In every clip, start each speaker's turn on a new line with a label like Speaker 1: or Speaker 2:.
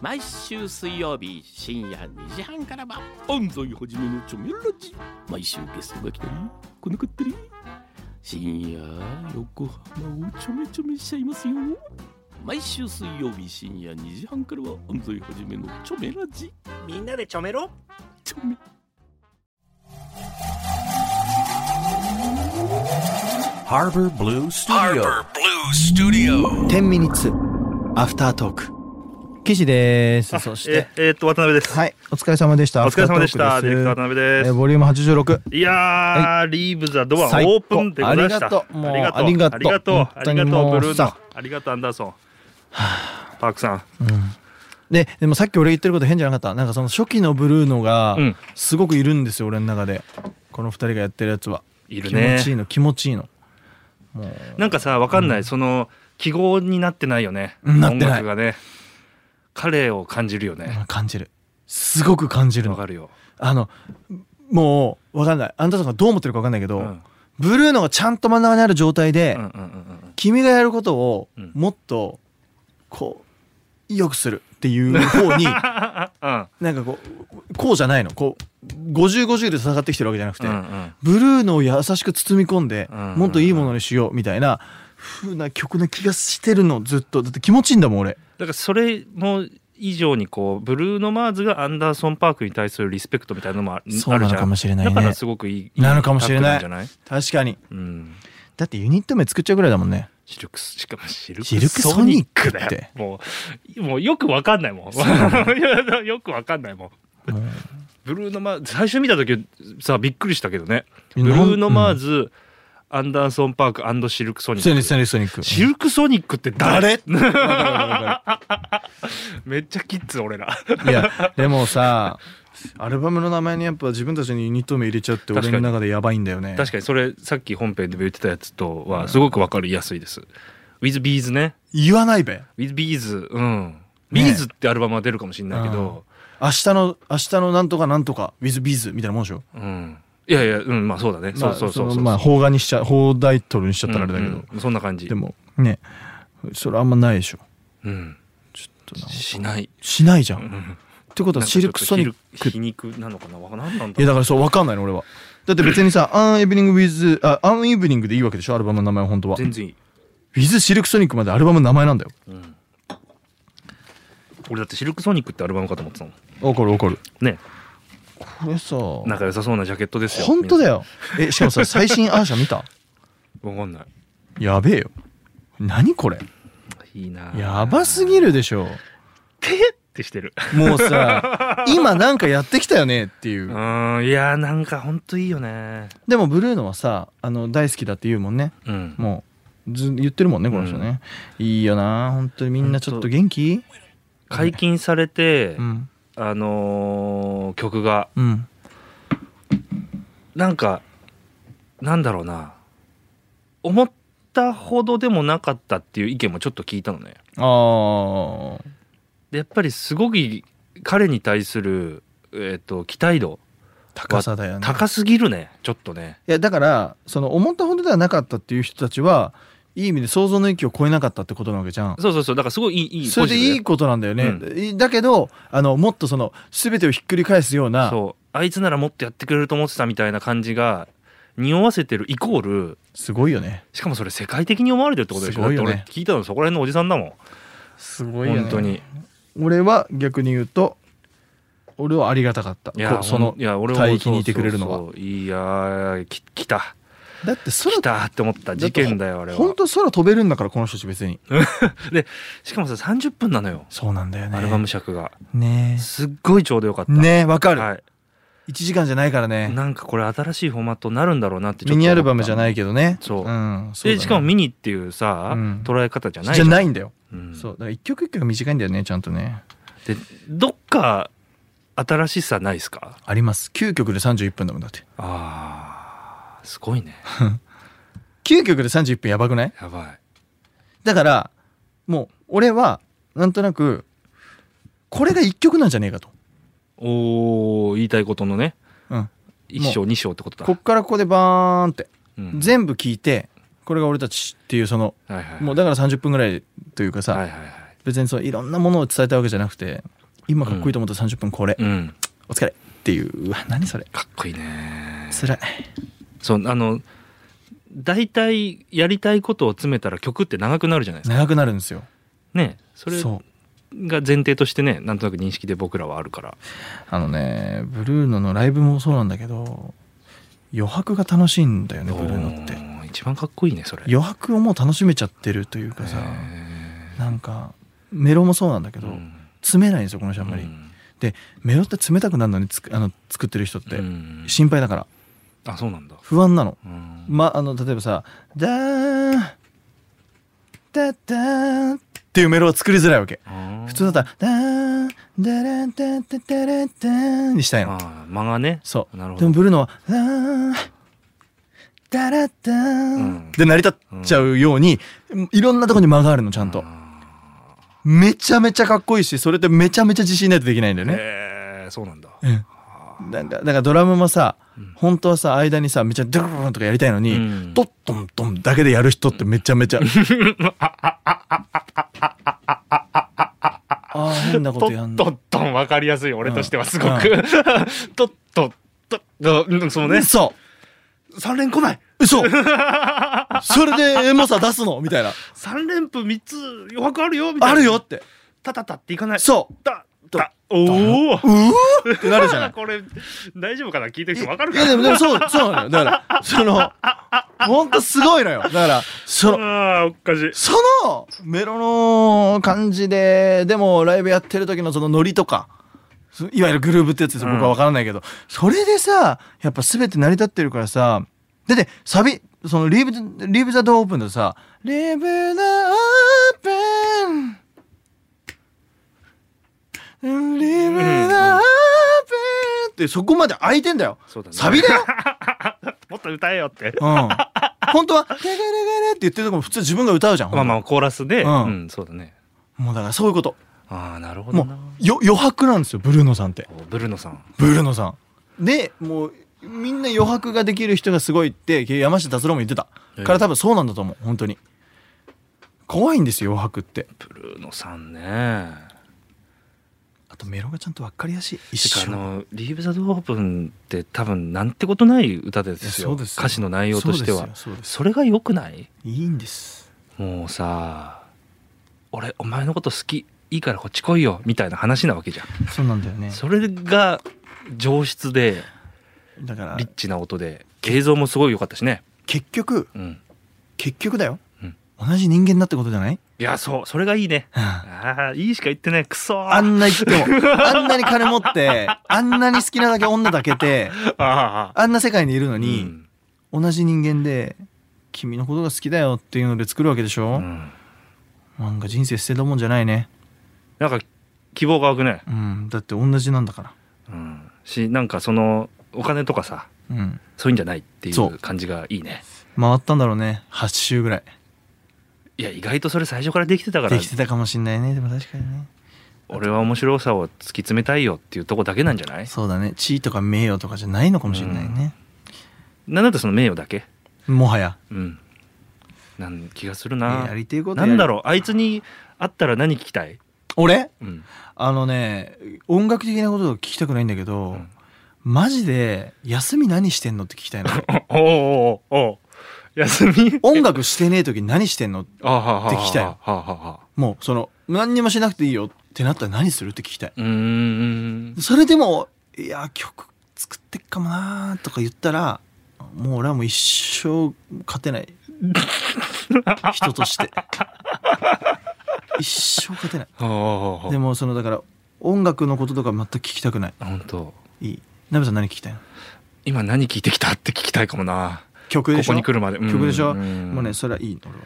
Speaker 1: 毎週水曜日深夜2時半からは安西はじめのチョメラジ毎週ゲストが来たり来なかったり深夜横浜をちょめちょめしちゃいますよ毎週水曜日深夜2時半からは安西はじめのチョメラジ
Speaker 2: みんなでちょめろ
Speaker 1: チョメ
Speaker 3: 10ミニッツアフタートーク岸ですそして
Speaker 4: ええーっと渡辺です。
Speaker 3: はいお疲れ様でした
Speaker 4: お疲れ様でした。
Speaker 3: アフタ
Speaker 4: ディレクター
Speaker 3: ートー
Speaker 4: 渡辺
Speaker 3: クです
Speaker 4: で
Speaker 3: えーボリューム86
Speaker 4: す。いやー、リーブザドアオ
Speaker 3: 最高
Speaker 4: ープンでございました。
Speaker 3: ありがとうもう
Speaker 4: ありがとう。ありがとう。
Speaker 3: あ
Speaker 4: あ
Speaker 3: りがとう
Speaker 4: りが
Speaker 3: 本当に
Speaker 4: と
Speaker 3: もう
Speaker 4: う。ブルーノ
Speaker 3: さ。
Speaker 4: ありがとうアンダーソン。パークさん。
Speaker 3: ででもさっき俺言ってること変じゃなかったなんかその初期のブルーノが
Speaker 4: うん
Speaker 3: すごくいるんですよ俺の中でこの二人がやってるやつはい
Speaker 4: る
Speaker 3: 気持
Speaker 4: ね
Speaker 3: ちいいの気持ちいいの
Speaker 4: なんかさわかんない、その記号になってないよね。
Speaker 3: うんなってない
Speaker 4: 音楽がね。彼を感じるよね。
Speaker 3: 感じるすごく感じる
Speaker 4: わ
Speaker 3: の
Speaker 4: かるよ。
Speaker 3: あのもうわかんないあんたさんがどう思ってるかわかんないけど、
Speaker 4: うん
Speaker 3: ブルーノがちゃんと真ん中にある状態で、
Speaker 4: うんうんうんうん。
Speaker 3: 君がやることを
Speaker 4: うん
Speaker 3: もっとこう良くするっていう方 に
Speaker 4: うん
Speaker 3: なんかこうこうじゃないのこう5050で戦ってきてるわけじゃなくて、
Speaker 4: うんうん。
Speaker 3: ブルーノを優しく包み込んで、
Speaker 4: うん
Speaker 3: もっといいものにしようみたいな風な曲な気がしてるのずっとだって気持ちいいんだもん俺
Speaker 4: だからそれも以上にこうブルーノ・マーズがアンダーソン・パークに対するリスペクトみたいなのもああるじ
Speaker 3: そう
Speaker 4: ゃ
Speaker 3: なの
Speaker 4: ん
Speaker 3: かもしれないね
Speaker 4: だからすごくいい
Speaker 3: なのかもしれない
Speaker 4: いいタッグんじ
Speaker 3: 確かに
Speaker 4: ゃない、うん、
Speaker 3: だってユニット名作っちゃうぐらいだもんね
Speaker 4: シルクスしかもシルク
Speaker 3: シルクソニックだよ
Speaker 4: ソニックだよもうもうよくわかんないもん よくわかんないもんブルーノ・マーズ最初見た時さびっくりしたけどね
Speaker 3: え
Speaker 4: ブルー
Speaker 3: な
Speaker 4: ノ・
Speaker 3: ん
Speaker 4: マーズ、アンダーソン・パークシルクソニ
Speaker 3: ソニッ
Speaker 4: ッ
Speaker 3: クソ
Speaker 4: ク
Speaker 3: ニックソニック
Speaker 4: シルクソニックって誰
Speaker 3: 誰わかるわかる
Speaker 4: めっちゃキッズ俺ら
Speaker 3: いやでもさアルバムの名前にやっぱ自分たちにユニット名入れちゃって
Speaker 4: 確か
Speaker 3: 俺
Speaker 4: に
Speaker 3: の中でやばいんだよね
Speaker 4: 確かにそれさっき本編でも言ってたやつとはすごくわかりやすいです。With Bees ね。
Speaker 3: 言わないべ
Speaker 4: With Bees。うん。
Speaker 3: ね
Speaker 4: Bees ってアルバムは出るかもしれないけど。
Speaker 3: 明日の明日のなんとかなんとか WithBees みたいなもんでしょ
Speaker 4: うん。いやいや、うん、まあそうだね。そうそうそう
Speaker 3: まあ
Speaker 4: そう。
Speaker 3: そのまあ邦画にしちゃ邦タイトルにしちゃったらあれだけど、
Speaker 4: うんうんそんな感じ
Speaker 3: で。もねそれあんまないでしょ
Speaker 4: うん。
Speaker 3: ちょっとな
Speaker 4: しない。
Speaker 3: しないじゃん、
Speaker 4: う
Speaker 3: っ
Speaker 4: ん
Speaker 3: てことはシルクソニッ
Speaker 4: なんかちょっと
Speaker 3: ク
Speaker 4: 皮肉皮肉なのかな。わなんなん
Speaker 3: い
Speaker 4: だ
Speaker 3: や
Speaker 4: ろ
Speaker 3: だからそう分かんないの俺はだって別にさ「アンエブリング・ウィズ」あ「アンイブリング」でいいわけでしょアルバムの名前は本当は
Speaker 4: う。全然いい。
Speaker 3: 「ウィズ・シルクソニック」までアルバムの名前なんだよ
Speaker 4: うん。俺だってシルクソニックってアルバムかと思ってたもん。
Speaker 3: 怒る怒る
Speaker 4: ね。
Speaker 3: これさ
Speaker 4: なんか良さそうなジャケットですよ。
Speaker 3: 本当だよえしかもさ最新アーシャ見た
Speaker 4: 皆さん。わかんない。
Speaker 3: やべえよ何これ
Speaker 4: いいな。
Speaker 3: やばすぎるでしょ
Speaker 4: てってしてる。
Speaker 3: もう さ今なんかやってきたよねっていうう
Speaker 4: ーん、いやーなんかほんといいよね。
Speaker 3: でもブルーノはさあの大好きだって言うもんね
Speaker 4: うん。
Speaker 3: もうず言ってるもんねこの人ね、いいよな本当にみんなちょっと元気
Speaker 4: 解禁されて、
Speaker 3: うん
Speaker 4: あのー曲が、
Speaker 3: うん
Speaker 4: なんか、なんだろうな、思ったほどでもなかったっていう意見もちょっと聞いたのね。
Speaker 3: ああ
Speaker 4: で、やっぱりすごく彼に対する、えっ、と、期待度、
Speaker 3: 高さだよね
Speaker 4: 高すぎるね、ちょっとね。
Speaker 3: いやだからその思ったほどではなかったっていう人たちはいい意味で想像の域を超えなかったってことなわけじゃん
Speaker 4: そうそうそう、だからすごいいい、いい、
Speaker 3: それでいい
Speaker 4: ポ
Speaker 3: ことなんだよね、
Speaker 4: う
Speaker 3: いだけどあのもっとその全てをひっくり返すよう
Speaker 4: ジだよ
Speaker 3: な
Speaker 4: そう。あいつならもっとやってくれると思ってたみたいな感じが、匂わせてるイコール、
Speaker 3: すごいよね
Speaker 4: しかもそれ世界的に思われてるってことでし
Speaker 3: す
Speaker 4: ょ
Speaker 3: ごいよね
Speaker 4: だって俺聞いたのそこら辺のおじさんだもん
Speaker 3: すご
Speaker 4: 本当に
Speaker 3: 俺は逆に言うと俺はありがたかった
Speaker 4: いや
Speaker 3: こうその
Speaker 4: いや俺
Speaker 3: 帯域にいてくれるのは
Speaker 4: そうそうそういやーき来た
Speaker 3: だって空
Speaker 4: 来たって思った事件だよあれ
Speaker 3: 本
Speaker 4: は
Speaker 3: 当空飛べるんだからこの人たち別に
Speaker 4: しかもさ30分なのよ
Speaker 3: そうなんだよね
Speaker 4: アルバム尺が
Speaker 3: ね
Speaker 4: すっごいちょうどよかった
Speaker 3: えねえわかる、
Speaker 4: はい
Speaker 3: 一1時間じゃないからね
Speaker 4: なんかこれ新しいフォーマットになるんだろうなってちょっ
Speaker 3: ミ
Speaker 4: と
Speaker 3: ニアルバムじゃないいけどね
Speaker 4: そうん
Speaker 3: そうだ
Speaker 4: で
Speaker 3: ね
Speaker 4: しかもミニっていうさ
Speaker 3: うん
Speaker 4: 捉え方じゃない
Speaker 3: じゃないいんだよ、そうだから一曲一曲が短いんだよねちゃんとね
Speaker 4: でどっか新しさないですか
Speaker 3: あります9曲で31分だもんだって
Speaker 4: あーすごいね
Speaker 3: 9曲で31分やばくない
Speaker 4: やばい
Speaker 3: だからもう俺はなんとなくこれが1曲なんじゃねえかと、
Speaker 4: おー言いたいことのね
Speaker 3: うん、
Speaker 4: 1章2章ってことだ
Speaker 3: こっからここでバーンって
Speaker 4: うん
Speaker 3: 全部聞いてこれが俺たちっていうその
Speaker 4: はいはい
Speaker 3: もうだから30分ぐらいというかさ、
Speaker 4: はいはいはい
Speaker 3: 別にそういろんなものを伝えたいわけじゃなくて今かっこいいと思った30分これ、
Speaker 4: うん
Speaker 3: お疲れっていううわ何それ
Speaker 4: かっこいいね
Speaker 3: 辛い
Speaker 4: そうあの大体やりたいことを詰めたら曲って長くなるじゃないですか
Speaker 3: 長くなるんですよ
Speaker 4: ねそれが
Speaker 3: そう
Speaker 4: 前提としてねなんとなく認識で僕らはあるから
Speaker 3: あのねブルーノのライブもそうなんだけど余白が楽しいんだよねブルーノって
Speaker 4: おー一番かっこいいねそれ
Speaker 3: 余白をもう楽しめちゃってるというかさ
Speaker 4: へ
Speaker 3: なんかメロもそうなんだけ
Speaker 4: ー
Speaker 3: ど、
Speaker 4: うん
Speaker 3: 詰めないんですよこの人あんまり、
Speaker 4: うん
Speaker 3: メロって冷たくなるのにつくあの作ってる人って
Speaker 4: うん
Speaker 3: 心配だから
Speaker 4: あそうなんだ
Speaker 3: 不安なの
Speaker 4: うん
Speaker 3: まあの例えばさ「ダーンダッダーン」っていうメロは作りづらいわけ
Speaker 4: あー
Speaker 3: 普通だったら「ダーンダランダッダッダランダーン」にしたいの
Speaker 4: あー間がね
Speaker 3: そ
Speaker 4: な
Speaker 3: う
Speaker 4: る
Speaker 3: で
Speaker 4: ほど
Speaker 3: もブルーノは「ダーンダラッダー
Speaker 4: うん
Speaker 3: ン」で成り立っちゃうようにいろんなとこに間があるのちゃんとめちゃめちゃかっこいいしそれってめちゃめちゃ自信ないとできないんだよね
Speaker 4: えーそうなんだ
Speaker 3: うんだだだからドラムもさ、
Speaker 4: うん
Speaker 3: 本当はさ間にさめっちゃドゥルルルンとかやりたいのに、
Speaker 4: うん
Speaker 3: ドットンドンだけでやる人ってめちゃめちゃあー変なこと
Speaker 4: ト
Speaker 3: やん
Speaker 4: ッ
Speaker 3: な
Speaker 4: トットン分かりやすい俺としてはすご
Speaker 3: うん
Speaker 4: く トットットットンうんそうね
Speaker 3: 嘘
Speaker 4: 3連来ない
Speaker 3: 嘘それでエモさ出すのみたいな
Speaker 4: 3連符3つ余白あるよみたいな
Speaker 3: あるよって
Speaker 4: タタタっていかない
Speaker 3: そう
Speaker 4: だ
Speaker 3: と
Speaker 4: だお
Speaker 3: う
Speaker 4: お
Speaker 3: うーってなるじゃない
Speaker 4: これ大丈夫かな聞いてる人分かる
Speaker 3: い
Speaker 4: か
Speaker 3: や
Speaker 4: な
Speaker 3: でもでもそうそうなのよだからそのほんとすごいのよだからその
Speaker 4: あーおっかしい
Speaker 3: そのメロの感じででもライブやってる時のそのノリとかそいわゆるグルーブってやつですよ
Speaker 4: うん
Speaker 3: 僕は分からないけど、それでさやっぱ全て成り立ってるからさだってサビそのリーブ「リーブ・ザ・ド・オープン」でさ「リーブ・ザ・オープン」「リーブ・ザ・オープン」ってそこまで空いてんだよ
Speaker 4: そうだね
Speaker 3: サビ だよ
Speaker 4: もっと歌えよって
Speaker 3: うん本当は「テレレレレ」って言ってるとこも普通自分が歌うじゃん、
Speaker 4: まあまあコーラスで
Speaker 3: う
Speaker 4: うんんそうだね
Speaker 3: もうだからそういうこと
Speaker 4: ああなるほ
Speaker 3: も
Speaker 4: ど
Speaker 3: う
Speaker 4: な
Speaker 3: よ余白なんですよブルーノさんって
Speaker 4: おブルノさん
Speaker 3: ブルーノさんでもうみんな余白ができる人がすごいって山下達郎も言ってた
Speaker 4: ええ
Speaker 3: から多分そうなんだと思う本当に怖いんですよ余白って
Speaker 4: ブルーノさんね
Speaker 3: あとメロがちゃんと分かりやすい一
Speaker 4: てかあ
Speaker 3: 緒
Speaker 4: の「リーブ・ザ・ド・オープン」って多分なんてことない歌です
Speaker 3: いやそ
Speaker 4: よ
Speaker 3: うですよ
Speaker 4: 歌詞の内容としては
Speaker 3: そうですよそうです
Speaker 4: それが良くない
Speaker 3: いいんです
Speaker 4: もうさ俺お前のこと好きいいからこっち来いよみたいな話なわけじゃん
Speaker 3: そうなんだよね
Speaker 4: それが上質で
Speaker 3: だから
Speaker 4: リッチな音で映像もすごい良かったしね
Speaker 3: 結局
Speaker 4: うん
Speaker 3: 結局だよ、
Speaker 4: うん
Speaker 3: 同じ人間だってことじゃない
Speaker 4: いやそうそれがいいねああいいしか言ってないクソ
Speaker 3: あんな言っても あんなに金持ってあんなに好きなだけ女だけて
Speaker 4: あ
Speaker 3: あんな世界にいるの
Speaker 4: あ
Speaker 3: に、同じ人間で君のことが好きだよっていうので作るわけでし
Speaker 4: う
Speaker 3: ょ、
Speaker 4: ん、
Speaker 3: なんか人生捨てたもんじゃないね、
Speaker 4: なんか希望が湧くね、
Speaker 3: うん、だって同じなんだか
Speaker 4: うん、しなんかそのお金とかさ
Speaker 3: ら、うん、
Speaker 4: そういうんじゃないってい
Speaker 3: そう
Speaker 4: う感じがいいね
Speaker 3: 回ったんだろうね8周ぐらい
Speaker 4: いや意外とそれ最初からできてたから
Speaker 3: できてたかもしんないねでも確かにね
Speaker 4: 俺は面白さを突き詰めたいよっていうとこだけなんじゃない
Speaker 3: そうだね地位とか名誉とかじゃないのかもしんないね、
Speaker 4: なんだったらその名誉だけ
Speaker 3: もはや
Speaker 4: うんなん気がするな
Speaker 3: やりてえこと
Speaker 4: な
Speaker 3: や
Speaker 4: んだろうあいつに会ったら何聞きたい、
Speaker 3: 俺
Speaker 4: うん
Speaker 3: あのね音楽的なことを聞きたくないんだけど、
Speaker 4: うん
Speaker 3: マジで休み何してんのって聞きたいの
Speaker 4: おおおお休 み
Speaker 3: 音楽してねえ時何してんの
Speaker 4: あはは
Speaker 3: って聞きたいの
Speaker 4: はあはあはあ
Speaker 3: もうその何にもしなくていいよってなったら何するって聞きたいう
Speaker 4: ーん
Speaker 3: それでも「いや曲作ってっかもな」とか言ったらもう俺はもう一生勝てない 人として一生勝てない
Speaker 4: ああ
Speaker 3: でもそのだから音楽のこととか全く聞きたくない
Speaker 4: 本当
Speaker 3: いいナベさん何聞きたいの
Speaker 4: 今何聞いてきたって聞きたいか もな
Speaker 3: 曲
Speaker 4: こ
Speaker 3: でしょ
Speaker 4: こに来るまでうん
Speaker 3: 曲でしょ
Speaker 4: ん
Speaker 3: もうねそれはいいの俺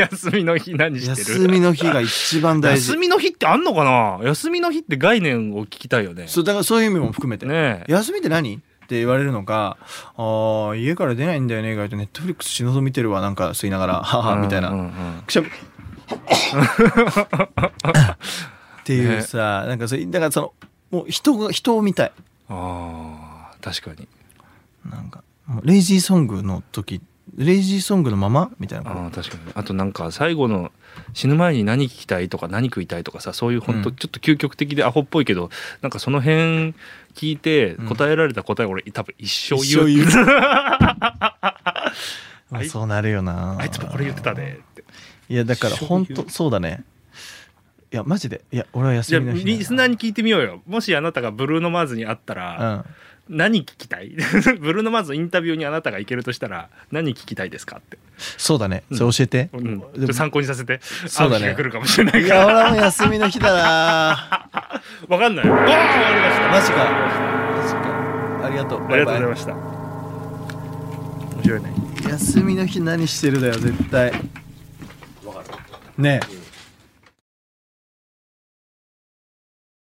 Speaker 3: は
Speaker 4: 休みの日何してる
Speaker 3: 休みの日が一番大事
Speaker 4: 休みの日ってあんのかな休みの日って概念を聞きたいよね
Speaker 3: そうだからそういう意味も含めて、
Speaker 4: ねえ
Speaker 3: 休みって何って言われるのか「ああ家から出ないんだよね」意外と「ネットフリックス死ぬぞ見てるわ」なんか吸いながら「はは」みたいな、
Speaker 4: うんうんうん
Speaker 3: くしゃみっていうさ、なんかそれだからそのもう人が人を見たい
Speaker 4: あー確かに
Speaker 3: なんかもうレイジーソングの時レイジーソングのままみたいな
Speaker 4: ああ確かにあとなんか最後の死ぬ前に何聞きたいとか何食いたいとかさそういう本当
Speaker 3: うん
Speaker 4: ちょっと究極的でアホっぽいけど、なんかその辺聞いて
Speaker 3: うん
Speaker 4: 答えられた答え俺多分一生
Speaker 3: 一
Speaker 4: 言う、
Speaker 3: 生言うまあ
Speaker 4: あい
Speaker 3: そうなるよな
Speaker 4: あいつもこれ言ってたねって
Speaker 3: いやだから本当そうだねいやマジでいや俺は
Speaker 4: じ
Speaker 3: 休
Speaker 4: ゃあ
Speaker 3: みの日
Speaker 4: リスナーに聞いてみようよもしあなたがブルーノ・マーズに会ったら、
Speaker 3: うん
Speaker 4: 何聞きたい ブルーノ・マーズのインタビューにあなたが行けるとしたら何聞きたいですかって、
Speaker 3: そうだねそれ教えて、
Speaker 4: うん、ちょっ
Speaker 3: で
Speaker 4: と
Speaker 3: も
Speaker 4: 参考にさせて
Speaker 3: そうだね
Speaker 4: 会う日が来るかもしれない
Speaker 3: い
Speaker 4: から
Speaker 3: や俺はもう休みの日だ な
Speaker 4: わかんないおー終わりました
Speaker 3: マジかマジかありがとう
Speaker 4: あ
Speaker 3: バ
Speaker 4: り
Speaker 3: イバ
Speaker 4: がとうござい
Speaker 3: イ
Speaker 4: ました面白いね
Speaker 3: 休みの日何してるだよ絶対ねえ